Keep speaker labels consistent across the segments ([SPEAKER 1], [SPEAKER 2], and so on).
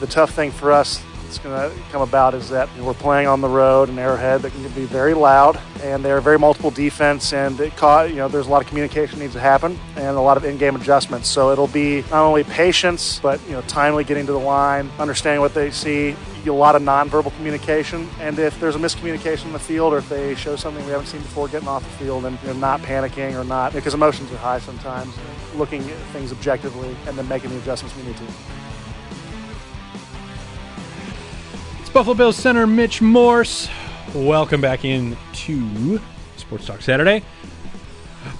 [SPEAKER 1] The tough thing for us that's going to come about is that we're playing on the road in Arrowhead that can be very loud, and they're a very multiple defense, and it caught, you know there's a lot of communication needs to happen and a lot of in-game adjustments. So it'll be not only patience, but you know timely getting to the line, understanding what they see, a lot of nonverbal communication, and if there's a miscommunication in the field or if they show something we haven't seen before, getting off the field and you know, not panicking or not because emotions are high sometimes, looking at things objectively and then making the adjustments we need to.
[SPEAKER 2] It's Buffalo Bills center Mitch Morse. Welcome back in to Sports Talk Saturday.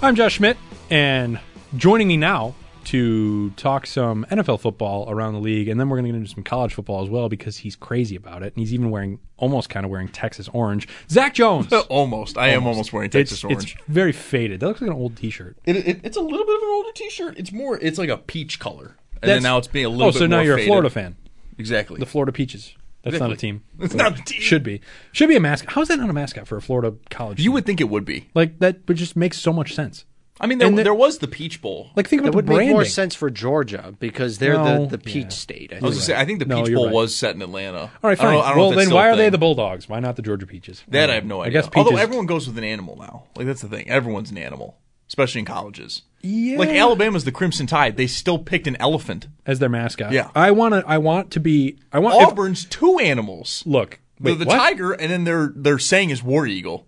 [SPEAKER 2] I'm Josh Schmidt, and joining me now to talk some NFL football around the league, and then we're going to get into some college football as well because he's crazy about it, and he's even wearing almost kind of wearing Texas orange. Zach Jones.
[SPEAKER 3] almost. I am almost wearing Texas
[SPEAKER 2] it's,
[SPEAKER 3] orange.
[SPEAKER 2] It's very faded. That looks like an old T-shirt.
[SPEAKER 3] It, it, it's a little bit of an older T-shirt. It's more. It's like a peach color, and
[SPEAKER 2] That's-
[SPEAKER 3] then now it's being a little.
[SPEAKER 2] Oh,
[SPEAKER 3] bit
[SPEAKER 2] so now
[SPEAKER 3] more
[SPEAKER 2] you're
[SPEAKER 3] faded.
[SPEAKER 2] a Florida fan.
[SPEAKER 3] Exactly.
[SPEAKER 2] The Florida Peaches. That's not a
[SPEAKER 3] Exactly.
[SPEAKER 2] team.
[SPEAKER 3] It's not a team.
[SPEAKER 2] Should be. Should be a mascot. How is that not a mascot for a Florida college?
[SPEAKER 3] you
[SPEAKER 2] team?
[SPEAKER 3] would think it would be.
[SPEAKER 2] like that would just makes so much sense.
[SPEAKER 3] I mean, there,
[SPEAKER 2] And the-
[SPEAKER 3] there was the Peach Bowl.
[SPEAKER 2] Like think about
[SPEAKER 4] That
[SPEAKER 2] the
[SPEAKER 4] would
[SPEAKER 2] branding.
[SPEAKER 4] make more sense for Georgia because they're
[SPEAKER 2] No,
[SPEAKER 4] the, the peach
[SPEAKER 2] yeah.
[SPEAKER 4] state. I
[SPEAKER 3] I was
[SPEAKER 4] think.
[SPEAKER 3] gonna say, I think the
[SPEAKER 2] No,
[SPEAKER 3] Peach
[SPEAKER 2] you're
[SPEAKER 3] Bowl
[SPEAKER 2] right.
[SPEAKER 3] was set in Atlanta.
[SPEAKER 2] All right,
[SPEAKER 3] I don't
[SPEAKER 2] fine.
[SPEAKER 3] know- I don't know
[SPEAKER 2] well,
[SPEAKER 3] if that's
[SPEAKER 2] then
[SPEAKER 3] still a
[SPEAKER 2] why are they
[SPEAKER 3] thing.
[SPEAKER 2] the Bulldogs? Why not the Georgia Peaches?
[SPEAKER 3] That I have no idea.
[SPEAKER 2] I guess Peaches.
[SPEAKER 3] Although everyone goes with an animal now. Like that's the thing. Everyone's an animal, especially in colleges.
[SPEAKER 2] Yeah.
[SPEAKER 3] Like Alabama's the Crimson Tide. They still picked an elephant.
[SPEAKER 2] as their mascot.
[SPEAKER 3] Yeah.
[SPEAKER 2] I want to. I want to be. I want. if-
[SPEAKER 3] Auburn's two animals.
[SPEAKER 2] look. Wait,
[SPEAKER 3] the the
[SPEAKER 2] what?
[SPEAKER 3] tiger, and then they're they're saying is war eagle.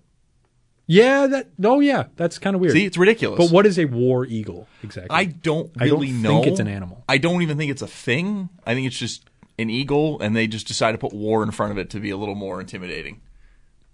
[SPEAKER 2] Yeah. That. Oh, yeah. That's kind of weird.
[SPEAKER 3] See, it's ridiculous.
[SPEAKER 2] But what is a war eagle exactly?
[SPEAKER 3] I don't
[SPEAKER 2] I don't
[SPEAKER 3] really
[SPEAKER 2] think
[SPEAKER 3] know.
[SPEAKER 2] it's an animal.
[SPEAKER 3] I don't even think it's a thing. I think it's just an eagle, and they just decide to put war in front of it to be a little more intimidating.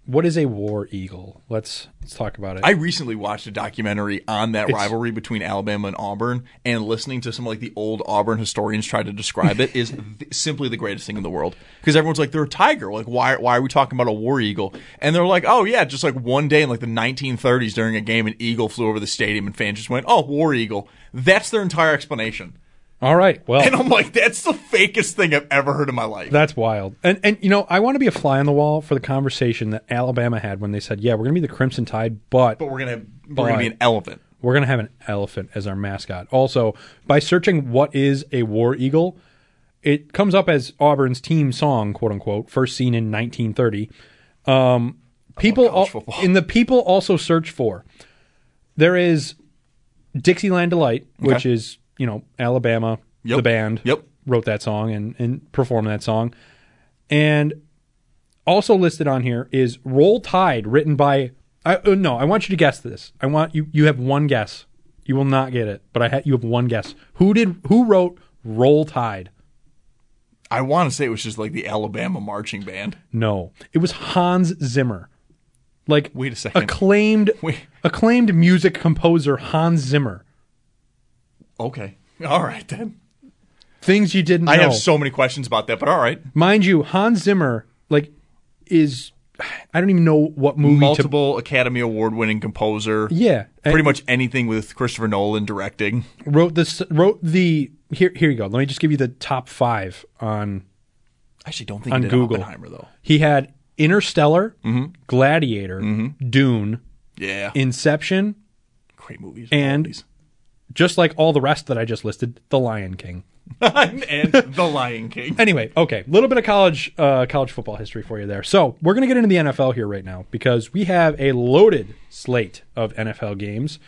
[SPEAKER 2] What is a war eagle? Let's let's talk about it.
[SPEAKER 3] I recently watched a documentary on that
[SPEAKER 2] It's-
[SPEAKER 3] rivalry between Alabama and Auburn, and listening to some like the old Auburn historians try to describe it is th- simply the greatest thing in the world. Because everyone's like, they're a tiger. Like, why? Why are we talking about a war eagle? And they're like, oh yeah, just like one day in like the 1930s during a game, an eagle flew over the stadium, and fans just went, oh, war eagle. That's their entire explanation.
[SPEAKER 2] All right. Well,
[SPEAKER 3] And I'm like, that's the fakest thing I've ever heard in my life.
[SPEAKER 2] That's wild. And and you know, I want to be a fly on the wall for the conversation that Alabama had when they said, "Yeah, we're going to be the Crimson Tide, but
[SPEAKER 3] but we're gonna have, we're gonna be an elephant.
[SPEAKER 2] we're going to have an elephant as our mascot." Also, by searching what is a war eagle, it comes up as Auburn's team song, quote unquote, first seen in 1930. Um, people
[SPEAKER 3] college
[SPEAKER 2] al-
[SPEAKER 3] football.
[SPEAKER 2] in the people also search for there is Dixieland Delight, which is you know Alabama,
[SPEAKER 3] Yep.
[SPEAKER 2] the band,
[SPEAKER 3] Yep.
[SPEAKER 2] wrote that song and and performed that song, and also listed on here is Roll Tide, written by. I, uh, no, I want you to guess this. I want you. You have one guess. You will not get it, but I ha- you have one guess. Who did? Who wrote Roll Tide?
[SPEAKER 3] I want to say it was just like the Alabama marching band.
[SPEAKER 2] No, it was Hans Zimmer. Like
[SPEAKER 3] Wait a second.
[SPEAKER 2] acclaimed
[SPEAKER 3] Wait.
[SPEAKER 2] acclaimed music composer Hans Zimmer.
[SPEAKER 3] Okay, all right then.
[SPEAKER 2] Things you didn't
[SPEAKER 3] I
[SPEAKER 2] know.
[SPEAKER 3] have so many questions about that, but all right.
[SPEAKER 2] Mind you, Hans Zimmer like is I don't even know what movie
[SPEAKER 3] Multiple Academy Award winning composer.
[SPEAKER 2] to Yeah.
[SPEAKER 3] Pretty
[SPEAKER 2] And
[SPEAKER 3] much anything with Christopher Nolan directing.
[SPEAKER 2] wrote this wrote the here here you go. Let me just give you the top 5 on
[SPEAKER 3] I actually don't think
[SPEAKER 2] on
[SPEAKER 3] he did
[SPEAKER 2] Google.
[SPEAKER 3] Oppenheimer though. Mm-hmm.
[SPEAKER 2] He had Interstellar, Gladiator, Dune,
[SPEAKER 3] Yeah,
[SPEAKER 2] Inception,
[SPEAKER 3] great movies
[SPEAKER 2] and-
[SPEAKER 3] movies.
[SPEAKER 2] just like all the rest that I just listed, The Lion King.
[SPEAKER 3] and The Lion King.
[SPEAKER 2] anyway, okay, a little bit of college uh, college football history for you there. So we're gonna get into the NFL here right now because we have a loaded slate of NFL games.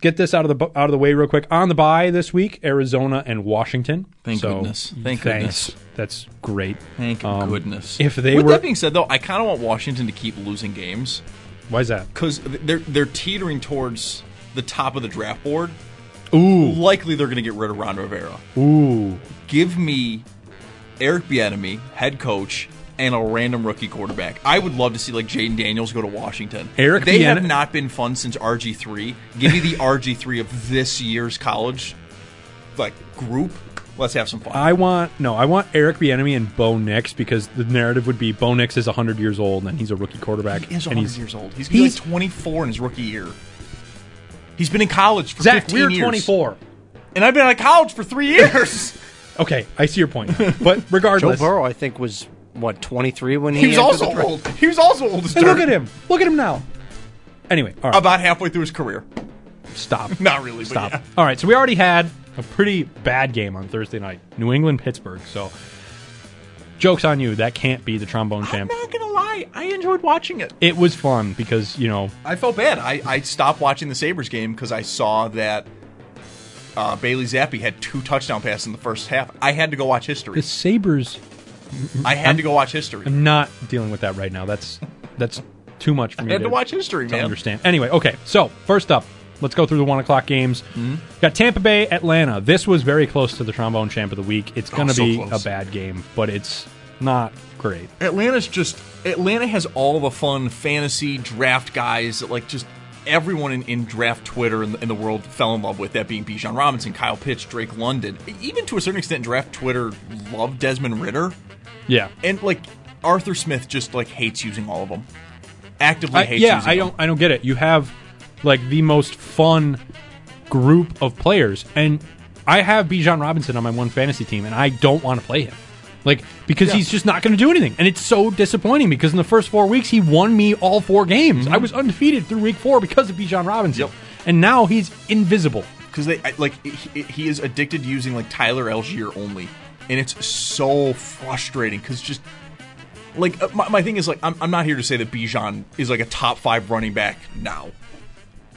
[SPEAKER 2] get this out of the bu- out of the way real quick. On the bye this week, Arizona and Washington.
[SPEAKER 3] Thank
[SPEAKER 2] So,
[SPEAKER 3] goodness. Thank
[SPEAKER 2] thanks.
[SPEAKER 3] goodness.
[SPEAKER 2] That's great.
[SPEAKER 3] Thank
[SPEAKER 2] Um,
[SPEAKER 3] goodness.
[SPEAKER 2] If they
[SPEAKER 3] With
[SPEAKER 2] were,
[SPEAKER 3] that being said, though, I kind of want Washington to keep losing games
[SPEAKER 2] why is that?
[SPEAKER 3] because they're they're teetering towards the top of the draft board.
[SPEAKER 2] Ooh,
[SPEAKER 3] Likely, they're going to get rid of Ron Rivera.
[SPEAKER 2] ooh.
[SPEAKER 3] Give me Eric Bieniemy, head coach, and a random rookie quarterback. I would love to see like Jaden Daniels go to Washington.
[SPEAKER 2] Eric
[SPEAKER 3] they have
[SPEAKER 2] Bieniemy-
[SPEAKER 3] not been fun since RG three. Give me the RG three of this year's college like group. Let's have some fun.
[SPEAKER 2] I want no. I want Eric Bieniemy and Bo Nix because the narrative would be Bo Nix is hundred years old and he's a rookie quarterback.
[SPEAKER 3] He is
[SPEAKER 2] and
[SPEAKER 3] 100 years old. He's, gonna
[SPEAKER 2] he's
[SPEAKER 3] be like 24 in his rookie year. He's been in college for
[SPEAKER 2] Zach.
[SPEAKER 3] 15
[SPEAKER 2] We're
[SPEAKER 3] years.
[SPEAKER 2] twenty four.
[SPEAKER 3] And I've been out of college for three years.
[SPEAKER 2] Okay, I see your point. But
[SPEAKER 4] Joe
[SPEAKER 2] regardless,
[SPEAKER 4] Burrow, I think, was what twenty three when he,
[SPEAKER 3] he was
[SPEAKER 4] entered
[SPEAKER 3] also
[SPEAKER 4] the draft?
[SPEAKER 3] old. He was also old as
[SPEAKER 2] and look
[SPEAKER 3] dirt.
[SPEAKER 2] at him. Look at him now. Anyway, all right,
[SPEAKER 3] About halfway through his career.
[SPEAKER 2] Uh, stop.
[SPEAKER 3] Not really,
[SPEAKER 2] stop.
[SPEAKER 3] but yeah.
[SPEAKER 2] All right, so we already had a pretty bad game on Thursday night, New England Pittsburgh. So, jokes on you. That can't be the trombone
[SPEAKER 3] I'm
[SPEAKER 2] champ.
[SPEAKER 3] not going to lie. I enjoyed watching it.
[SPEAKER 2] It was fun because you know
[SPEAKER 3] I felt bad. I, I stopped watching the Sabres game because I saw that uh, Bailey Zappi had two touchdown passes in the first half. I had to go watch history.
[SPEAKER 2] the Sabers.
[SPEAKER 3] I had to go watch history.
[SPEAKER 2] I'm not dealing with that right now. That's that's too much for me.
[SPEAKER 3] had to watch history,
[SPEAKER 2] to
[SPEAKER 3] man.
[SPEAKER 2] understand. Anyway, okay. So first up, let's go through the one o'clock games.
[SPEAKER 3] Mm-hmm.
[SPEAKER 2] Got Tampa Bay, Atlanta. This was very close to the trombone champ of the week. It's going to
[SPEAKER 3] Oh, so
[SPEAKER 2] be
[SPEAKER 3] close.
[SPEAKER 2] a bad game, but it's not great.
[SPEAKER 3] Atlanta's just Atlanta has all the fun fantasy draft guys that like just everyone in, in draft Twitter in the, in the world fell in love with that being Bijan Robinson, Kyle Pitts, Drake London. Even to a certain extent, draft Twitter loved Desmond Ritter,
[SPEAKER 2] Yeah.
[SPEAKER 3] and like Arthur Smith just like hates using all of them. Actively
[SPEAKER 2] I,
[SPEAKER 3] hates
[SPEAKER 2] yeah,
[SPEAKER 3] using
[SPEAKER 2] I
[SPEAKER 3] them.
[SPEAKER 2] don't I don't get it. You have like the most fun group of players and I have Bijan Robinson on my one fantasy team and I don't want to play him. Like because he's just not going to do anything. And it's so disappointing because in the first 4 weeks he won me all 4 games. I was undefeated through week 4 because of Bijan Robinson.
[SPEAKER 3] Mm-hmm. Yep.
[SPEAKER 2] And now he's invisible.
[SPEAKER 3] because they I- like he, he is addicted to using like Tyler Algier only, and it's so frustrating because just like uh, my, my thing is like I'm, I'm not here to say that Bijan is like a top five running back now,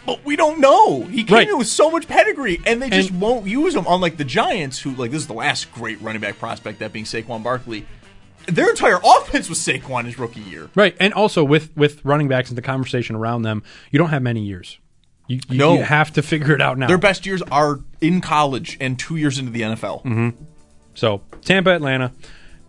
[SPEAKER 3] but we don't know. He came
[SPEAKER 2] Right.
[SPEAKER 3] in with so much pedigree, and they just
[SPEAKER 2] And-
[SPEAKER 3] won't use him. Unlike the Giants, who like this is the last great running back prospect, that being Saquon Barkley. Their entire offense was Saquon his rookie year.
[SPEAKER 2] Right, and also with with running backs and the conversation around them, you don't have many years. You, you,
[SPEAKER 3] No.
[SPEAKER 2] you have to figure it out now.
[SPEAKER 3] Their best years are in college and two years into the NFL.
[SPEAKER 2] So Tampa, Atlanta.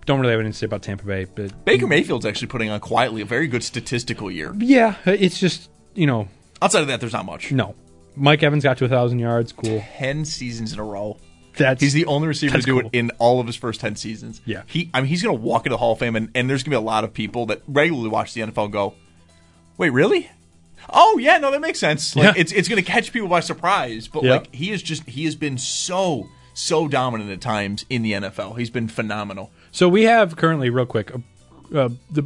[SPEAKER 2] Don't really have anything to say about Tampa Bay, but
[SPEAKER 3] Baker Mayfield's actually putting on quietly a very good statistical year.
[SPEAKER 2] yeah, it's just you know
[SPEAKER 3] Outside of that, there's not much.
[SPEAKER 2] no. Mike Evans got to a thousand yards. Cool.
[SPEAKER 3] Ten seasons in a row.
[SPEAKER 2] That's
[SPEAKER 3] He's the only receiver to
[SPEAKER 2] That's
[SPEAKER 3] do
[SPEAKER 2] cool.
[SPEAKER 3] it in all of his first ten seasons.
[SPEAKER 2] Yeah.
[SPEAKER 3] He I mean he's gonna walk into the Hall of Fame and, and there's gonna be a lot of people that regularly watch the NFL and go, Wait, really? Oh yeah, no, that makes sense. Like
[SPEAKER 2] Yeah.
[SPEAKER 3] it's it's gonna catch people by surprise. But
[SPEAKER 2] Yeah.
[SPEAKER 3] like he is just he has been so so dominant at times in the NFL. He's been phenomenal.
[SPEAKER 2] so we have currently real quick a, uh, the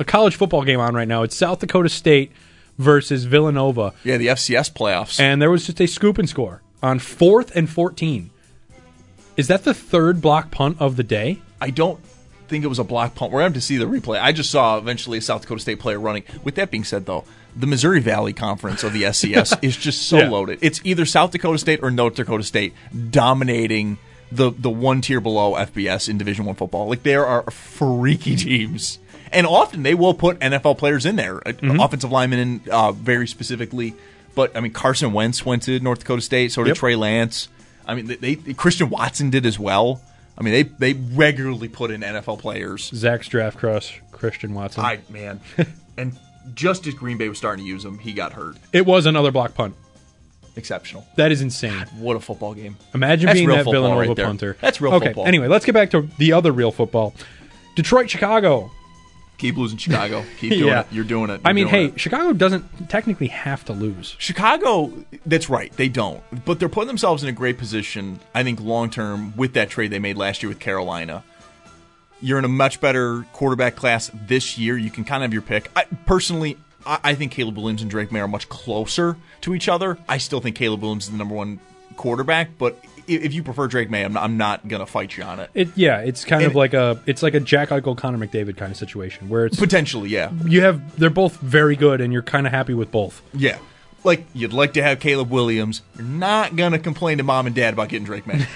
[SPEAKER 2] a college football game on right now. It's South Dakota State versus Villanova,
[SPEAKER 3] Yeah, the FCS playoffs.
[SPEAKER 2] and there was just a scoop and score on fourth and fourteen. Is that the third block punt of the day?
[SPEAKER 3] I don't think it was a block punt. We're going to have to see the replay. I just saw eventually a South Dakota State player running. With that being said, though, the Missouri Valley Conference of the SCS is just so
[SPEAKER 2] Yeah.
[SPEAKER 3] loaded. It's either South Dakota State or North Dakota State dominating the the one tier below FBS in Division One football. Like there are freaky teams. And often they will put NFL players in there, uh, offensive linemen, in, uh, very specifically. But I mean, Carson Wentz went to North Dakota State. So did
[SPEAKER 2] Yep.
[SPEAKER 3] Trey Lance. I mean, they, they Christian Watson did as well. I mean, they they regularly put in NFL players.
[SPEAKER 2] Zach's draft crush, Christian Watson.
[SPEAKER 3] I man, and just as Green Bay was starting to use him, he got hurt.
[SPEAKER 2] it was another block punt.
[SPEAKER 3] Exceptional.
[SPEAKER 2] That is insane.
[SPEAKER 3] What a football game.
[SPEAKER 2] Imagine
[SPEAKER 3] That's
[SPEAKER 2] being
[SPEAKER 3] real
[SPEAKER 2] that
[SPEAKER 3] football
[SPEAKER 2] Villanova
[SPEAKER 3] right there.
[SPEAKER 2] punter.
[SPEAKER 3] That's real
[SPEAKER 2] okay,
[SPEAKER 3] football.
[SPEAKER 2] Anyway, let's get back to the other real football. Detroit, Chicago.
[SPEAKER 3] Keep losing Chicago. Keep doing it. You're doing it.
[SPEAKER 2] I
[SPEAKER 3] You're
[SPEAKER 2] mean,
[SPEAKER 3] doing
[SPEAKER 2] hey,
[SPEAKER 3] it.
[SPEAKER 2] Chicago doesn't technically have to lose.
[SPEAKER 3] Chicago. That's right. They don't, but they're putting themselves in a great position. I think long term with that trade they made last year with Carolina. You're in a much better quarterback class this year. You can kind of have your pick. I, personally, I, I think Caleb Williams and Drake May are much closer to each other. I still think Caleb Williams is the number one quarterback, but i- if you prefer Drake May, I'm, I'm not gonna fight you on it.
[SPEAKER 2] It yeah, it's kind of
[SPEAKER 3] And-
[SPEAKER 2] like a it's like a Jack Eichel Connor McDavid kind of situation where it's
[SPEAKER 3] Potentially, yeah,
[SPEAKER 2] you have they're both very good and you're kind of happy with both.
[SPEAKER 3] yeah. like you'd like to have Caleb Williams. You're not gonna complain to mom and dad about getting Drake May.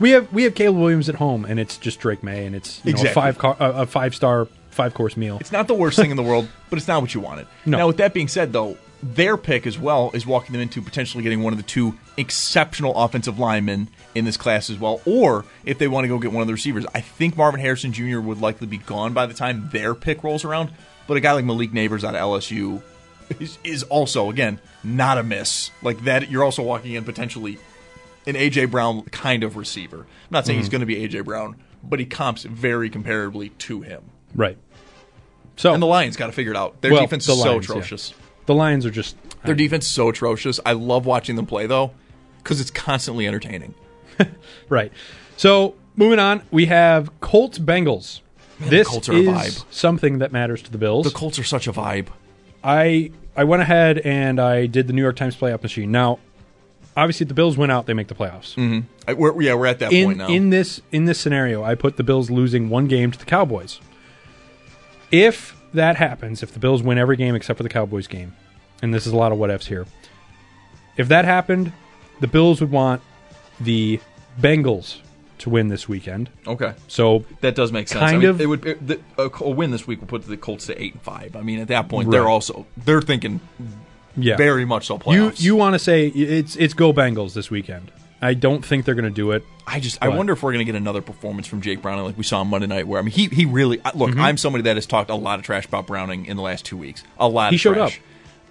[SPEAKER 2] We have we have Caleb Williams at home, and it's just Drake May, and it's you know,
[SPEAKER 3] Exactly.
[SPEAKER 2] a five car, a, a five star five course meal.
[SPEAKER 3] it's not the worst thing in the world, but it's not what you wanted.
[SPEAKER 2] No.
[SPEAKER 3] Now, with that being said, though, their pick as well is walking them into potentially getting one of the two exceptional offensive linemen in this class as well, or if they want to go get one of the receivers. I think Marvin Harrison Jr. would likely be gone by the time their pick rolls around, but a guy like Malik Neighbors out of LSU is, is also, again, not a miss. Like that, you're also walking in potentially an AJ Brown kind of receiver. I'm not saying he's going to be AJ Brown, but he comps very comparably to him.
[SPEAKER 2] Right. So
[SPEAKER 3] And the Lions got to figure it out. Their
[SPEAKER 2] well,
[SPEAKER 3] defense
[SPEAKER 2] the
[SPEAKER 3] is so
[SPEAKER 2] Lions, yeah.
[SPEAKER 3] atrocious.
[SPEAKER 2] The Lions are just
[SPEAKER 3] Their defense is so atrocious. I love watching them play though, because it's constantly entertaining.
[SPEAKER 2] Right. So moving on, we have Colts Bengals. This
[SPEAKER 3] Colts are a
[SPEAKER 2] is
[SPEAKER 3] vibe.
[SPEAKER 2] something that matters to the Bills.
[SPEAKER 3] The Colts are such a vibe.
[SPEAKER 2] I I went ahead and I did the New York Times playoff machine. Now, obviously, if the Bills win out, they make the playoffs.
[SPEAKER 3] I, we're, yeah, we're at that Mm. point
[SPEAKER 2] In
[SPEAKER 3] now.
[SPEAKER 2] in this in this scenario, I put the Bills losing one game to the Cowboys. If that happens, if the Bills win every game except for the Cowboys game, and this is a lot of what ifs here. If that happened, the Bills would want the Bengals to win this weekend.
[SPEAKER 3] okay,
[SPEAKER 2] So
[SPEAKER 3] that does make sense. I
[SPEAKER 2] Kind
[SPEAKER 3] mean,
[SPEAKER 2] of.
[SPEAKER 3] It would it, the, a, a win this week will put the Colts to eight and five. I mean, at that point,
[SPEAKER 2] Right.
[SPEAKER 3] they're also they're thinking
[SPEAKER 2] yeah,
[SPEAKER 3] very much so
[SPEAKER 2] You
[SPEAKER 3] playoffs.
[SPEAKER 2] you want to say it's it's go Bengals this weekend? I don't think they're going to do it.
[SPEAKER 3] I just I
[SPEAKER 2] What?
[SPEAKER 3] wonder if we're going to get another performance from Jake Browning like we saw on Monday night, where I mean he he really I-
[SPEAKER 2] Mm-hmm.
[SPEAKER 3] look. I'm somebody that has talked a lot of trash about Browning in the last two weeks. A lot.
[SPEAKER 2] He
[SPEAKER 3] of
[SPEAKER 2] showed up.
[SPEAKER 3] trash.
[SPEAKER 2] Mm-hmm.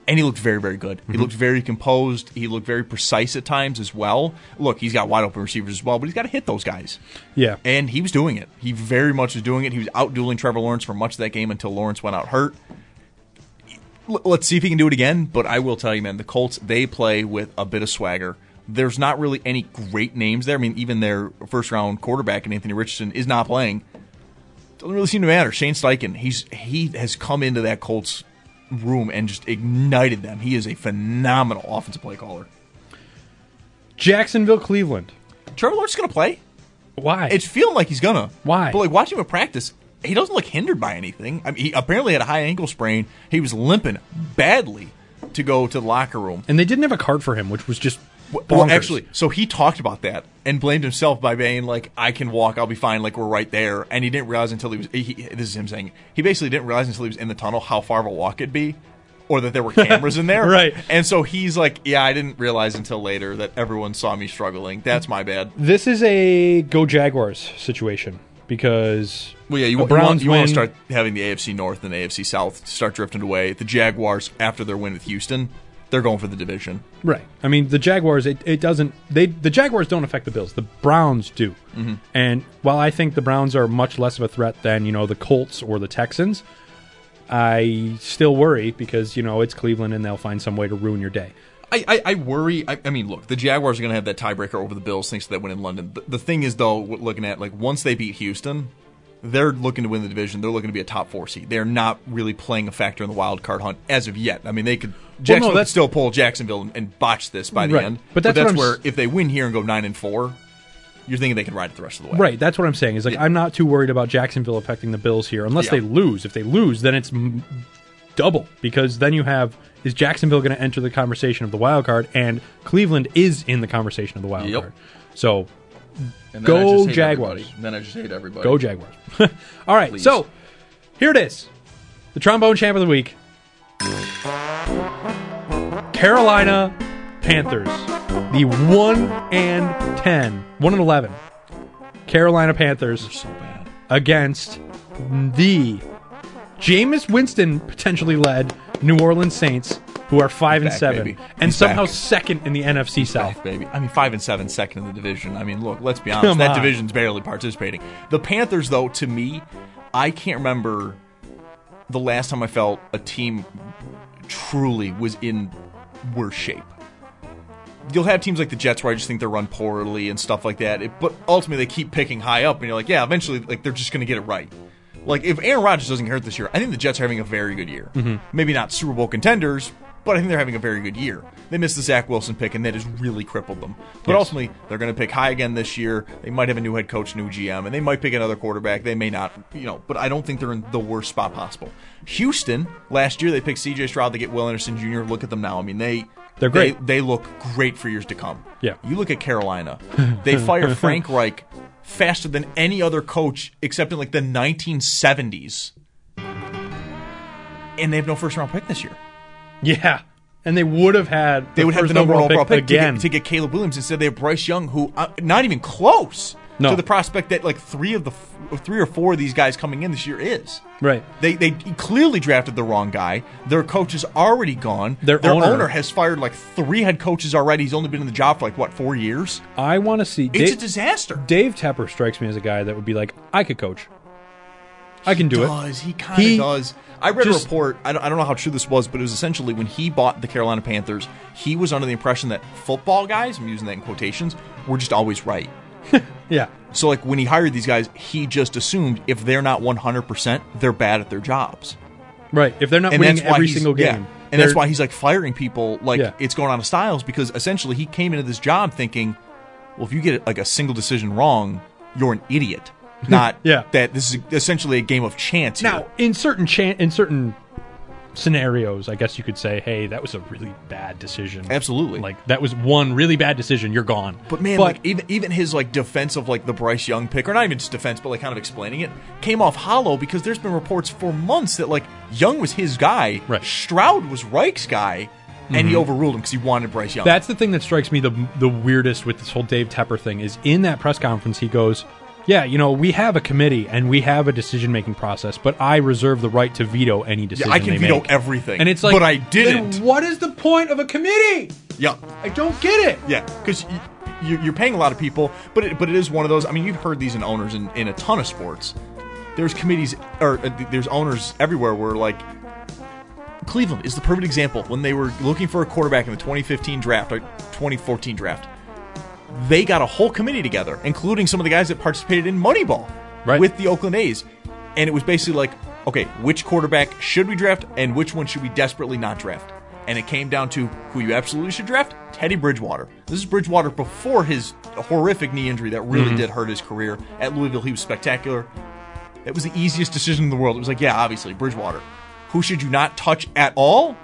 [SPEAKER 3] and he looked very very good. He looked very composed. He looked very precise at times as well. Look, he's got wide open receivers as well, but he's got to hit those guys.
[SPEAKER 2] Yeah,
[SPEAKER 3] And he was doing it. He very much was doing it. He was out dueling Trevor Lawrence for much of that game until Lawrence went out hurt. L- let's see if he can do it again. But I will tell you, man, the Colts they play with a bit of swagger. There's not really any great names there. I mean, even their first round quarterback and Anthony Richardson is not playing. Doesn't really seem to matter. Shane Steichen, he's he has come into that Colts room and just ignited them. He is a phenomenal offensive play caller.
[SPEAKER 2] Jacksonville, Cleveland.
[SPEAKER 3] Trevor Lawrence is gonna play.
[SPEAKER 2] Why?
[SPEAKER 3] It's feeling like he's gonna.
[SPEAKER 2] Why?
[SPEAKER 3] But like watching him at practice, he doesn't look hindered by anything. I mean, he apparently had a high ankle sprain. He was limping badly to go to the locker room.
[SPEAKER 2] and they didn't have a card for him, which was just bonkers.
[SPEAKER 3] Well, actually, so he talked about that and blamed himself by being like, "I can walk, I'll be fine." Like we're right there, and he didn't realize until he was. He, he- this is him saying he basically didn't realize until he was in the tunnel how far of a walk it'd be, or that there were cameras in there.
[SPEAKER 2] Right.
[SPEAKER 3] And so he's like, "Yeah, I didn't realize until later that everyone saw me struggling.
[SPEAKER 2] Mm.
[SPEAKER 3] That's my bad."
[SPEAKER 2] this is a go Jaguars situation because
[SPEAKER 3] Well, yeah,
[SPEAKER 2] the
[SPEAKER 3] you, you want,
[SPEAKER 2] Browns
[SPEAKER 3] you want
[SPEAKER 2] win-
[SPEAKER 3] to start having the AFC North and the AFC South start drifting away. The Jaguars, after their win with Houston, they're going for the division.
[SPEAKER 2] Right. I mean, the Jaguars. It, it doesn't. They the Jaguars don't affect the Bills. The Browns do.
[SPEAKER 3] Mm-hmm.
[SPEAKER 2] And while I think the Browns are much less of a threat than you know the Colts or the Texans, I still worry because you know it's Cleveland and they'll find some way to ruin your day.
[SPEAKER 3] I, I, I worry. I, I mean, look, the Jaguars are going to have that tiebreaker over the Bills thanks to that win in London. The, the thing is, though, we're looking at like once they beat Houston, they're looking to win the division. They're looking to be a top four seed. They're not really playing a factor in the wild card hunt as of yet. I mean, they could Jacksonville could
[SPEAKER 2] that's-
[SPEAKER 3] still pull Jacksonville and, and botch this by the
[SPEAKER 2] Right.
[SPEAKER 3] end.
[SPEAKER 2] But that's what I'm
[SPEAKER 3] where
[SPEAKER 2] s-
[SPEAKER 3] if they win here and go nine and four, you're thinking they can ride it the rest of the way.
[SPEAKER 2] Right. That's what I'm saying. Is like I'm not too worried about Jacksonville affecting the Bills here, unless
[SPEAKER 3] Yeah.
[SPEAKER 2] they lose. If they lose, then it's m- double because then you have is Jacksonville going to enter the conversation of the wild card, and Cleveland is in the conversation of the wild
[SPEAKER 3] Yep.
[SPEAKER 2] card. So
[SPEAKER 3] And
[SPEAKER 2] then I Go just hate Jaguars. everybody.
[SPEAKER 3] Then I just hate everybody.
[SPEAKER 2] Go Jaguars. All right. So here it is the trombone champ of the week Carolina Panthers. The 1 and 10, 1 and 11 Carolina Panthers against the Jameis Winston potentially led New Orleans Saints, who are 5 and
[SPEAKER 3] back,
[SPEAKER 2] 7
[SPEAKER 3] baby.
[SPEAKER 2] and
[SPEAKER 3] He's
[SPEAKER 2] somehow
[SPEAKER 3] back.
[SPEAKER 2] second in the NFC South.
[SPEAKER 3] baby. I mean, five and seven, second in the division. I mean, look, let's be honest,
[SPEAKER 2] Come
[SPEAKER 3] that
[SPEAKER 2] on.
[SPEAKER 3] division's barely participating. The Panthers, though, to me, I can't remember the last time I felt a team truly was in worse shape. You'll have teams like the Jets where I just think they're run poorly and stuff like that. It, but ultimately, they keep picking high up, and you're like, yeah, eventually, like they're just going to get it right. Like if Aaron Rodgers doesn't get hurt this year, I think the Jets are having a very good year.
[SPEAKER 2] Mm-hmm.
[SPEAKER 3] Maybe not Super Bowl contenders, but I think they're having a very good year. They missed the Zach Wilson pick, and that has really crippled them. But ultimately, they're going to pick high again this year. They might have a new head coach, new GM, and they might pick another quarterback. They may not, you know. But I don't think they're in the worst spot possible. Houston last year they picked C.J. Stroud. They get Will Anderson Jr. Look at them now. I mean they
[SPEAKER 2] They're great.
[SPEAKER 3] They, they look great for years to come.
[SPEAKER 2] Yeah.
[SPEAKER 3] You look at Carolina. They fire Frank Reich faster than any other coach except in like the 1970s. And they have no first round pick this year.
[SPEAKER 2] yeah, and they would have had
[SPEAKER 3] They
[SPEAKER 2] the
[SPEAKER 3] would have
[SPEAKER 2] first
[SPEAKER 3] the number one
[SPEAKER 2] overall
[SPEAKER 3] overall
[SPEAKER 2] pick
[SPEAKER 3] pick to
[SPEAKER 2] again.
[SPEAKER 3] get, to get Caleb Williams. Instead, they have Bryce Young, who uh, not even close
[SPEAKER 2] No.
[SPEAKER 3] to the prospect that like three of the f- three or four of these guys coming in this year is.
[SPEAKER 2] Right.
[SPEAKER 3] They they clearly drafted the wrong guy. Their coach is already gone.
[SPEAKER 2] Their
[SPEAKER 3] owner.
[SPEAKER 2] owner.
[SPEAKER 3] has fired like three head coaches already. He's only been in the job for like what four years.
[SPEAKER 2] I want to see.
[SPEAKER 3] It's a
[SPEAKER 2] Da-
[SPEAKER 3] disaster.
[SPEAKER 2] Dave Tepper strikes me as a guy that would be like, I could coach. I can do it.
[SPEAKER 3] does. He kind of
[SPEAKER 2] He
[SPEAKER 3] does. I read
[SPEAKER 2] just-
[SPEAKER 3] a report. I don't, I don't know how true this was, but it was essentially when he bought the Carolina Panthers, he was under the impression that football guys, I'm using that in quotations, were just always right.
[SPEAKER 2] Yeah.
[SPEAKER 3] So, like, when he hired these guys, he just assumed if they're not 100%, they're bad at their jobs.
[SPEAKER 2] Right. If they're not
[SPEAKER 3] And
[SPEAKER 2] winning
[SPEAKER 3] that's why
[SPEAKER 2] every
[SPEAKER 3] he's-
[SPEAKER 2] single
[SPEAKER 3] yeah.
[SPEAKER 2] game.
[SPEAKER 3] And that's
[SPEAKER 2] they're-
[SPEAKER 3] why he's, like, firing people like
[SPEAKER 2] Yeah.
[SPEAKER 3] it's going out of styles because essentially he came into this job thinking, well, if you get, like, a single decision wrong, you're an idiot. Not
[SPEAKER 2] Yeah.
[SPEAKER 3] that this is essentially a game of chance. here.
[SPEAKER 2] Now, in certain chan in certain scenarios, I guess you could say, "Hey, that was a really bad decision."
[SPEAKER 3] Absolutely.
[SPEAKER 2] like that was one really bad decision. You're gone.
[SPEAKER 3] But man, like even even his like defense of like the Bryce Young pick, or not even just defense, but like kind of explaining it, came off hollow because there's been reports for months that like Young was his guy,
[SPEAKER 2] Right. Mm-hmm.
[SPEAKER 3] Stroud was Reich's guy, and he overruled him because he wanted Bryce Young.
[SPEAKER 2] That's the thing that strikes me the the weirdest with this whole Dave Tepper thing is in that press conference he goes, "Yeah, you know, we have a committee and we have a decision making process, but I reserve the right to veto any decision
[SPEAKER 3] yeah, I can
[SPEAKER 2] they
[SPEAKER 3] veto
[SPEAKER 2] make."
[SPEAKER 3] everything,
[SPEAKER 2] And it's like,
[SPEAKER 3] but I
[SPEAKER 2] then
[SPEAKER 3] didn't.
[SPEAKER 2] what is the point of a committee?
[SPEAKER 3] yeah,
[SPEAKER 2] I don't get it.
[SPEAKER 3] yeah, because. Y- you- you're paying a lot of people, but it, but it is one of those. I mean, you've heard these in owners in, in a ton of sports. There's committees or uh, th- there's owners everywhere where like Cleveland is the perfect example when they were looking for a quarterback in the 2015 draft or 2014 draft. They got a whole committee together, including some of the guys that participated in Moneyball
[SPEAKER 2] Right.
[SPEAKER 3] with the Oakland A's. And it was basically like, okay, which quarterback should we draft and which one should we desperately not draft? And it came down to who you absolutely should draft Teddy Bridgewater. This is Bridgewater before his horrific knee injury that really did hurt his career. At Louisville, he was spectacular. That was the easiest decision in the world. It was like, yeah, obviously, Bridgewater. Who should you not touch at all?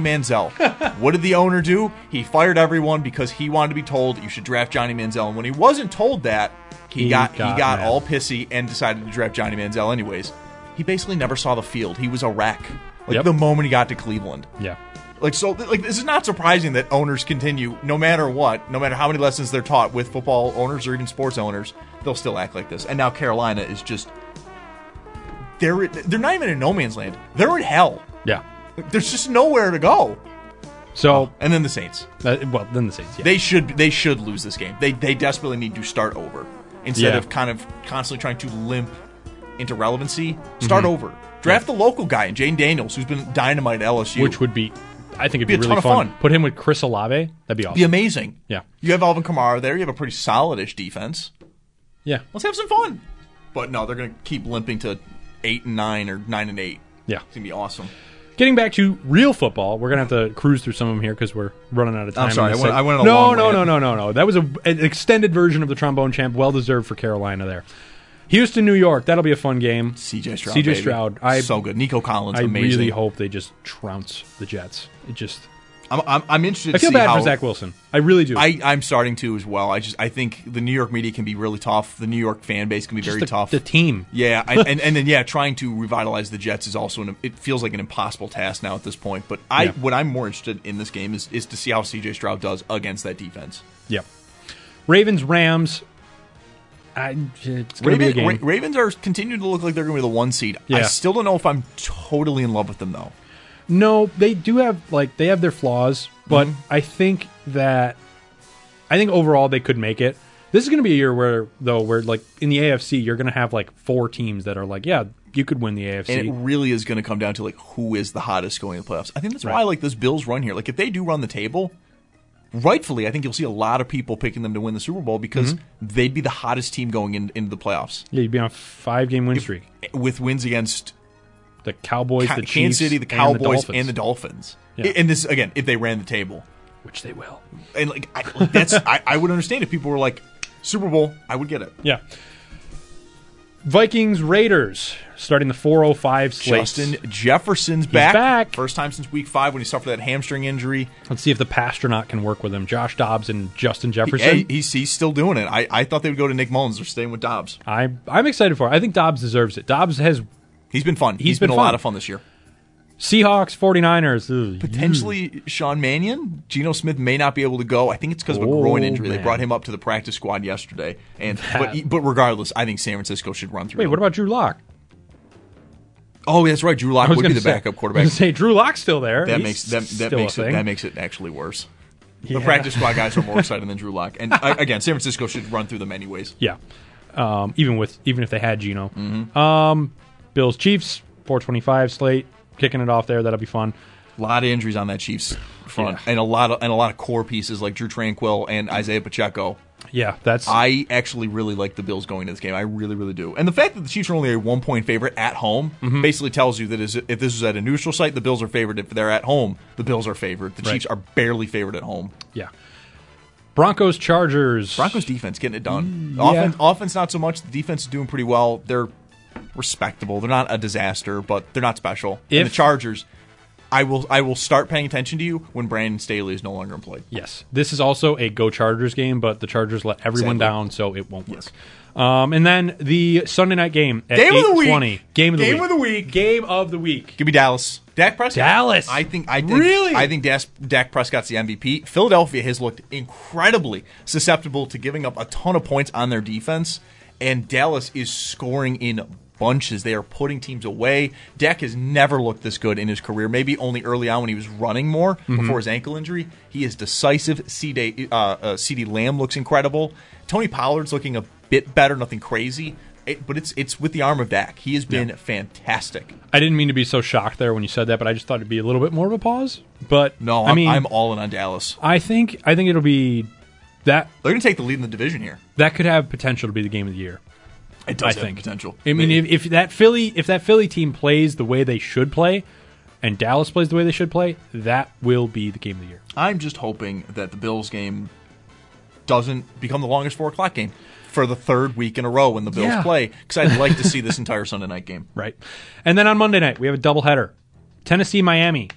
[SPEAKER 3] Manziel. what did the owner do? He fired everyone because he wanted to be told you should draft Johnny Manziel. And when he wasn't told that, he,
[SPEAKER 2] He
[SPEAKER 3] got,
[SPEAKER 2] got
[SPEAKER 3] he got
[SPEAKER 2] mad.
[SPEAKER 3] all pissy and decided to draft Johnny Manziel anyways. He basically never saw the field. He was a wreck. Like
[SPEAKER 2] Yep.
[SPEAKER 3] the moment he got to Cleveland.
[SPEAKER 2] Yeah.
[SPEAKER 3] Like so th- like this is not surprising that owners continue no matter what, no matter how many lessons they're taught with football owners or even sports owners, they'll still act like this. And now Carolina is just they're they're not even in no man's land. They're in hell.
[SPEAKER 2] Yeah.
[SPEAKER 3] Like, There's just nowhere to go.
[SPEAKER 2] So,
[SPEAKER 3] And then the Saints.
[SPEAKER 2] uh, well, then the Saints. Yeah.
[SPEAKER 3] They should they should lose this game. They they desperately need to start over instead
[SPEAKER 2] Yeah.
[SPEAKER 3] of kind of constantly trying to limp into relevancy. Start
[SPEAKER 2] Mm-hmm.
[SPEAKER 3] over. Draft the local guy and Jane Daniels, who's been dynamite at LSU,
[SPEAKER 2] which would be, I think it'd be,
[SPEAKER 3] Be a
[SPEAKER 2] really
[SPEAKER 3] ton of
[SPEAKER 2] fun.
[SPEAKER 3] fun.
[SPEAKER 2] Put him with Chris Olave. That'd be awesome.
[SPEAKER 3] be amazing.
[SPEAKER 2] Yeah.
[SPEAKER 3] You have Alvin Kamara there. You have a pretty solidish defense.
[SPEAKER 2] yeah.
[SPEAKER 3] Let's have some fun. But no, they're going to keep limping to eight and nine or nine and eight.
[SPEAKER 2] Yeah.
[SPEAKER 3] It's going to be awesome.
[SPEAKER 2] Getting back to real football, we're gonna have to cruise through some of them here because we're running out of time.
[SPEAKER 3] I'm sorry,
[SPEAKER 2] in this
[SPEAKER 3] I went-
[SPEAKER 2] seg-
[SPEAKER 3] I went on a
[SPEAKER 2] no,
[SPEAKER 3] long
[SPEAKER 2] no,
[SPEAKER 3] rant.
[SPEAKER 2] no, no, no, no. That was a, an extended version of the trombone champ. Well deserved for Carolina there. Houston, New York. That'll be a fun game.
[SPEAKER 3] CJ Stroud.
[SPEAKER 2] CJ
[SPEAKER 3] baby.
[SPEAKER 2] Stroud. I
[SPEAKER 3] so good. Nico Collins.
[SPEAKER 2] I
[SPEAKER 3] amazing.
[SPEAKER 2] really hope they just trounce the Jets. It just.
[SPEAKER 3] I'm, I'm, I'm interested.
[SPEAKER 2] I feel
[SPEAKER 3] to see
[SPEAKER 2] bad
[SPEAKER 3] how,
[SPEAKER 2] for Zach Wilson. I really do.
[SPEAKER 3] I, I'm starting to as well. I just I think the New York media can be really tough. The New York fan base can be
[SPEAKER 2] Just
[SPEAKER 3] very
[SPEAKER 2] the,
[SPEAKER 3] tough.
[SPEAKER 2] The team.
[SPEAKER 3] Yeah, I, and and then yeah, trying to revitalize the Jets is also an it feels like an impossible task now at this point. But I
[SPEAKER 2] Yeah.
[SPEAKER 3] what I'm more interested in this game is is to see how CJ Stroud does against that defense.
[SPEAKER 2] Yep. Ravens, Rams. I, it's gonna be a
[SPEAKER 3] Raven,
[SPEAKER 2] game.
[SPEAKER 3] Ra- Ravens are continuing to look like they're going to be the one seed. I
[SPEAKER 2] Yeah.
[SPEAKER 3] still don't know if I'm totally in love with them though.
[SPEAKER 2] No, they do have like they have their flaws, but
[SPEAKER 3] Mm-hmm.
[SPEAKER 2] I think that I think overall they could make it. This is going to be a year where though where like in the AFC you're going to have like four teams that are like, yeah, you could win the
[SPEAKER 3] And it
[SPEAKER 2] AFC.
[SPEAKER 3] really is going to come down to like who is the hottest going to the playoffs. I think that's why I like this Bills run here. Like if they do run the table, rightfully, I think you'll see a lot of people picking them to win the Super Bowl because
[SPEAKER 2] Mm-hmm.
[SPEAKER 3] they'd be the hottest team going in, into the playoffs
[SPEAKER 2] yeah, you'd be on a five game win streak.
[SPEAKER 3] with wins against
[SPEAKER 2] The Cowboys,
[SPEAKER 3] Ca-
[SPEAKER 2] the Chiefs,
[SPEAKER 3] Kansas City, the
[SPEAKER 2] and
[SPEAKER 3] Cowboys, and the,
[SPEAKER 2] Dolphins,
[SPEAKER 3] Dolphins.
[SPEAKER 2] Yeah.
[SPEAKER 3] I- And this again, if they ran the table,
[SPEAKER 2] which they will.
[SPEAKER 3] and like, I, like that's I, I would understand if people were like Super Bowl, I would get it.
[SPEAKER 2] Yeah. Vikings Raiders starting the 405 slate.
[SPEAKER 3] Justin Jefferson's back.
[SPEAKER 2] back.
[SPEAKER 3] First time since week five when he suffered that hamstring injury.
[SPEAKER 2] Let's see if the Pastronaut can work with him. Josh Dobbs and Justin
[SPEAKER 3] Yeah,
[SPEAKER 2] Jefferson.
[SPEAKER 3] he- he's, he's still doing it. I, I thought they would go to Nick Mullins. They're staying with Dobbs.
[SPEAKER 2] I, I'm excited for it. I think Dobbs deserves it. Dobbs has
[SPEAKER 3] He's been fun.
[SPEAKER 2] He's
[SPEAKER 3] he's been,
[SPEAKER 2] been
[SPEAKER 3] a
[SPEAKER 2] fun.
[SPEAKER 3] lot of fun this year.
[SPEAKER 2] Seahawks, 49ers. Ugh.
[SPEAKER 3] Potentially Sean Mannion. Geno Smith may not be able to go. I think it's because of a
[SPEAKER 2] Oh,
[SPEAKER 3] groin injury.
[SPEAKER 2] man.
[SPEAKER 3] They brought him up to the practice squad yesterday. And
[SPEAKER 2] That-
[SPEAKER 3] but he- but regardless, I think San Francisco should run through.
[SPEAKER 2] Wait,
[SPEAKER 3] them.
[SPEAKER 2] what about Drew Lock?
[SPEAKER 3] Oh, that's right. Drew Lock would be the backup quarterback.
[SPEAKER 2] Say Drew Lock's still there.
[SPEAKER 3] That
[SPEAKER 2] He's
[SPEAKER 3] makes that, that
[SPEAKER 2] still a
[SPEAKER 3] makes it
[SPEAKER 2] thing.
[SPEAKER 3] that makes it actually worse.
[SPEAKER 2] Yeah.
[SPEAKER 3] The practice squad guys are more excited than Drew Lock. And I, again, San Francisco should run through them anyways.
[SPEAKER 2] Yeah. Um, even with even if they had Geno. Um,
[SPEAKER 3] Mm-hmm.
[SPEAKER 2] Bills Chiefs 425 slate kicking it off there. That'll be fun.
[SPEAKER 3] A lot of injuries on that Chiefs front, and a lot of and a lot of core pieces like Drew Tranquil and Isaiah Pacheco.
[SPEAKER 2] Yeah, that's
[SPEAKER 3] I actually really like the Bills going to this game. I really, really do. And the fact that the Chiefs are only a one point favorite at home
[SPEAKER 2] Mm-hmm.
[SPEAKER 3] basically tells you that is, if this is at a neutral site, the Bills are favored. If they're at home, the Bills are favored. The
[SPEAKER 2] Right.
[SPEAKER 3] Chiefs are barely favored at home.
[SPEAKER 2] yeah. Broncos Chargers.
[SPEAKER 3] Broncos defense getting it done.
[SPEAKER 2] Mm, yeah.
[SPEAKER 3] Offense, offense not so much. The defense is doing pretty well. They're respectable. They're not a disaster, but they're not special. and
[SPEAKER 2] If-
[SPEAKER 3] the Chargers, I will I will start paying attention to you when Brandon Staley is no longer employed.
[SPEAKER 2] Yes. This is also a go Chargers game, but the Chargers let everyone
[SPEAKER 3] Sadly.
[SPEAKER 2] down, so it won't work. Um, and then the Sunday night game at
[SPEAKER 3] Game of the week.
[SPEAKER 2] 8:20. Game of the
[SPEAKER 3] Game
[SPEAKER 2] week.
[SPEAKER 3] of the week.
[SPEAKER 2] Game of the week.
[SPEAKER 3] Give me Dallas. Dak Prescott.
[SPEAKER 2] Dallas.
[SPEAKER 3] I think. I think,
[SPEAKER 2] Really?
[SPEAKER 3] I think Das, Dak Prescott's the MVP. Philadelphia has looked incredibly susceptible to giving up a ton of points on their defense, and Dallas is scoring in bunches. They are putting teams away. Dak has never looked this good in his career. Maybe only early on when he was running more
[SPEAKER 2] Mm-hmm.
[SPEAKER 3] before his ankle injury. He is decisive. CD uh, uh, CD Lamb looks incredible. Tony Pollard's looking a bit better. Nothing crazy. It- but it's it's with the arm of Dak. He has been fantastic.
[SPEAKER 2] I didn't mean to be so shocked there when you said that, but I just thought it'd be a little bit more of a pause. But
[SPEAKER 3] No, I'm,
[SPEAKER 2] I mean,
[SPEAKER 3] I'm all in on Dallas.
[SPEAKER 2] I think I think it'll be that
[SPEAKER 3] They're going to take the lead in the division here.
[SPEAKER 2] that could have potential to be the game of the year.
[SPEAKER 3] It
[SPEAKER 2] I
[SPEAKER 3] does have
[SPEAKER 2] think
[SPEAKER 3] potential.
[SPEAKER 2] I mean, if, if that Philly if that Philly team plays the way they should play, and Dallas plays the way they should play, that will be the game of the year.
[SPEAKER 3] I'm just hoping that the Bills game doesn't become the longest four o'clock game for the third week in a row when the Bills
[SPEAKER 2] Yeah.
[SPEAKER 3] play, because I'd like to see this entire Sunday night game.
[SPEAKER 2] Right. And then on Monday night we have a doubleheader: Tennessee Miami.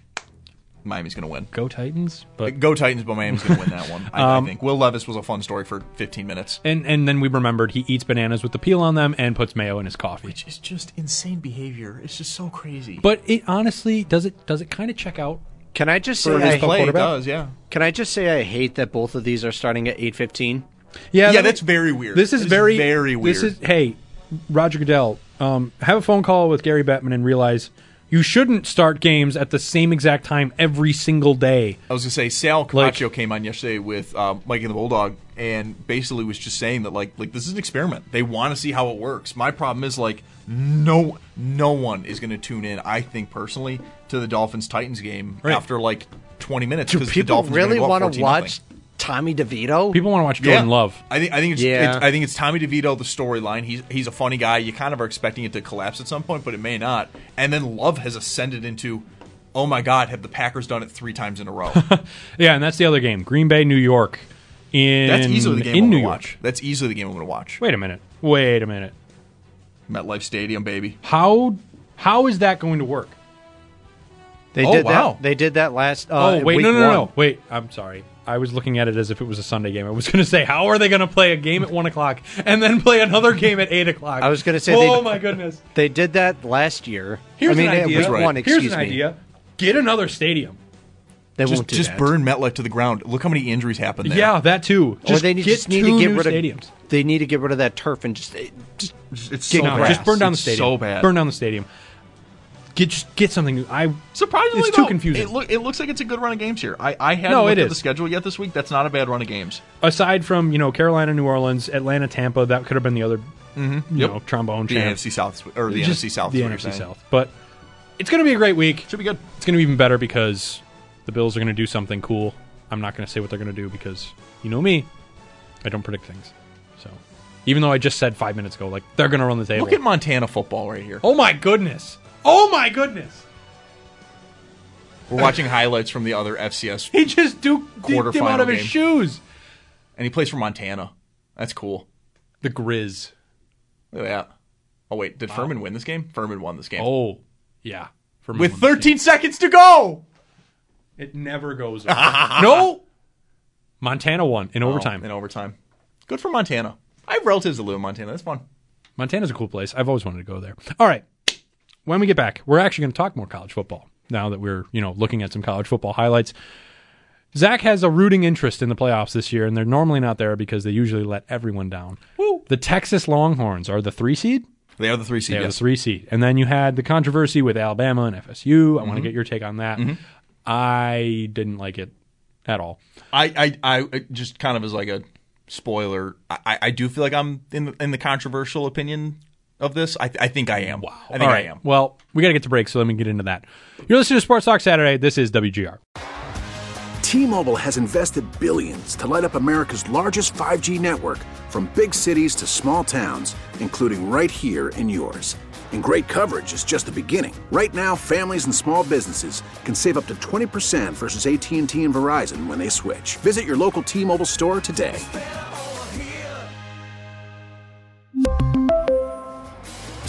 [SPEAKER 3] Miami's going to win.
[SPEAKER 2] Go Titans! But
[SPEAKER 3] Go Titans, but Miami's going to win that one. I,
[SPEAKER 2] Um,
[SPEAKER 3] I think Will Levis was a fun story for 15 minutes.
[SPEAKER 2] and and then we remembered he eats bananas with the peel on them and puts mayo in his coffee.
[SPEAKER 3] It's just insane behavior. It's just so crazy.
[SPEAKER 2] But it honestly does it does it kind of check out.
[SPEAKER 4] Can I just say
[SPEAKER 3] for
[SPEAKER 4] I,
[SPEAKER 3] his play, it
[SPEAKER 4] hate-
[SPEAKER 3] does yeah.
[SPEAKER 4] Can I just say I hate that both of these are starting at 8:15?
[SPEAKER 3] Yeah,
[SPEAKER 2] that-
[SPEAKER 3] that's very weird.
[SPEAKER 2] This is
[SPEAKER 3] That is
[SPEAKER 2] very
[SPEAKER 3] very weird.
[SPEAKER 2] This is hey, Roger Goodell, um, have a phone call with Gary Bettman and realize you shouldn't start games at the same exact time every single day.
[SPEAKER 3] I was gonna say Sal
[SPEAKER 2] Like-
[SPEAKER 3] Capaccio came on yesterday with um, Mike and the Bulldog, and basically was just saying that like like this is an experiment. They want to see how it works. My problem is like no no one is gonna tune in. I think personally to the Dolphins Titans game
[SPEAKER 2] Right.
[SPEAKER 3] after like twenty minutes
[SPEAKER 4] Do
[SPEAKER 3] because the
[SPEAKER 4] people
[SPEAKER 3] Dolphins are gonna
[SPEAKER 4] really
[SPEAKER 3] go up
[SPEAKER 4] want to
[SPEAKER 3] 14 nothing.
[SPEAKER 4] watch Tommy DeVito?
[SPEAKER 2] People want to watch Jordan Love.
[SPEAKER 3] I think I think it's,
[SPEAKER 4] Yeah.
[SPEAKER 3] it's- I think it's Tommy DeVito the storyline. He's he's a funny guy. You kind of are expecting it to collapse at some point, but it may not. And then Love has ascended into. Oh my God! Have the Packers done it three times in a row?
[SPEAKER 2] Yeah, and that's the other game, Green Bay, New York. In
[SPEAKER 3] That's easily the game
[SPEAKER 2] in
[SPEAKER 3] I'm
[SPEAKER 2] New
[SPEAKER 3] going to
[SPEAKER 2] York.
[SPEAKER 3] watch. That's easily the game I'm going to watch.
[SPEAKER 2] Wait a minute. Wait a minute.
[SPEAKER 3] MetLife Stadium, baby.
[SPEAKER 2] How how is that going to work?
[SPEAKER 4] They
[SPEAKER 3] Oh,
[SPEAKER 4] did
[SPEAKER 3] wow.
[SPEAKER 4] that. They did that last. Uh,
[SPEAKER 2] Oh wait,
[SPEAKER 4] week
[SPEAKER 2] no, no, no,
[SPEAKER 4] one.
[SPEAKER 2] no. Wait, I'm sorry. I was looking at it as if it was a Sunday game. I was going to say, how are they going to play a game at one o'clock and then play another game at eight o'clock?
[SPEAKER 4] I was gonna say
[SPEAKER 2] oh
[SPEAKER 4] they-
[SPEAKER 2] my goodness.
[SPEAKER 4] They did that last year.
[SPEAKER 2] Here's
[SPEAKER 4] I mean,
[SPEAKER 2] an
[SPEAKER 4] uh,
[SPEAKER 2] idea.
[SPEAKER 4] week
[SPEAKER 3] Right.
[SPEAKER 4] one, excuse
[SPEAKER 2] Here's an
[SPEAKER 4] me.
[SPEAKER 2] idea. Get another stadium.
[SPEAKER 4] They
[SPEAKER 3] Just,
[SPEAKER 4] won't do
[SPEAKER 3] just
[SPEAKER 4] that.
[SPEAKER 3] burn MetLife to the ground. Look how many injuries happened there.
[SPEAKER 2] Yeah, that too.
[SPEAKER 4] Or
[SPEAKER 2] Just
[SPEAKER 4] they need,
[SPEAKER 2] get
[SPEAKER 4] just need
[SPEAKER 2] two
[SPEAKER 4] to get
[SPEAKER 2] new
[SPEAKER 4] rid
[SPEAKER 2] stadiums.
[SPEAKER 4] of. They need to get rid of that turf and just. It, just
[SPEAKER 3] it's so
[SPEAKER 4] Get no,
[SPEAKER 2] No,
[SPEAKER 3] bad.
[SPEAKER 2] just burn down the
[SPEAKER 3] It's
[SPEAKER 2] stadium.
[SPEAKER 3] So bad.
[SPEAKER 2] Burn down the stadium. Get just get something new. I
[SPEAKER 3] Surprisingly,
[SPEAKER 2] it's too
[SPEAKER 3] though,
[SPEAKER 2] confusing.
[SPEAKER 3] It, look, it looks like it's a good run of games here. I, I haven't
[SPEAKER 2] No,
[SPEAKER 3] looked
[SPEAKER 2] it
[SPEAKER 3] at
[SPEAKER 2] is.
[SPEAKER 3] the schedule yet this week. That's not a bad run of games.
[SPEAKER 2] Aside from you know Carolina, New Orleans, Atlanta, Tampa, that could have been the other you
[SPEAKER 3] Yep.
[SPEAKER 2] know trombone.
[SPEAKER 3] The
[SPEAKER 2] champs.
[SPEAKER 3] AFC South or the
[SPEAKER 2] Just
[SPEAKER 3] NFC South. is
[SPEAKER 2] The
[SPEAKER 3] what you're
[SPEAKER 2] NFC
[SPEAKER 3] saying.
[SPEAKER 2] South. But it's going to be a great week.
[SPEAKER 3] should be good.
[SPEAKER 2] It's going to be even better because the Bills are going to do something cool. I'm not going to say what they're going to do because you know me, I don't predict things. So even though I just said five minutes ago, like they're going to run the table.
[SPEAKER 3] Look at Montana football right here.
[SPEAKER 2] oh my goodness! Oh my goodness!
[SPEAKER 3] We're watching highlights from the other FCS,
[SPEAKER 2] He just duked duked him
[SPEAKER 3] Quarterfinal
[SPEAKER 2] out of his
[SPEAKER 3] game.
[SPEAKER 2] shoes.
[SPEAKER 3] and he plays for Montana. That's cool.
[SPEAKER 2] The Grizz.
[SPEAKER 3] Look at that. Oh wait, did Furman win this game? Furman won this game
[SPEAKER 2] Oh, yeah. For
[SPEAKER 3] with
[SPEAKER 2] Milan.
[SPEAKER 3] 13 seconds to go.
[SPEAKER 2] it never goes. over. no. Montana won in overtime.
[SPEAKER 3] Oh, in overtime. Good for Montana. I have relatives that live in Montana. That's fun.
[SPEAKER 2] Montana's a cool place. I've always wanted to go there. All right. When we get back, we're actually going to talk more college football now that we're, you know, looking at some college football highlights. Zach has a rooting interest in the playoffs this year, and they're normally not there because they usually let everyone down.
[SPEAKER 3] Woo.
[SPEAKER 2] The Texas Longhorns are the three seed.
[SPEAKER 3] They are the three seed.
[SPEAKER 2] They are the
[SPEAKER 3] yes.
[SPEAKER 2] three seed. And then you had the controversy with Alabama and FSU. I want
[SPEAKER 3] Mm-hmm.
[SPEAKER 2] to get your take on that. I didn't like it at all.
[SPEAKER 3] I, I, I it just kind of as like a spoiler. I- I, I do feel like I'm in the, in the controversial opinion of this. I, I think I am. Wow. I think
[SPEAKER 2] All right.
[SPEAKER 3] I am.
[SPEAKER 2] Well, we got to get to break, so let me get into that. You're listening to Sports Talk Saturday. This is WGR.
[SPEAKER 5] T-Mobile has invested billions to light up America's largest 5G network from big cities to small towns, including right here in yours. And great coverage is just the beginning. Right now, families and small businesses can save up to 20% versus AT&T and Verizon when they switch. Visit your local T-Mobile store today.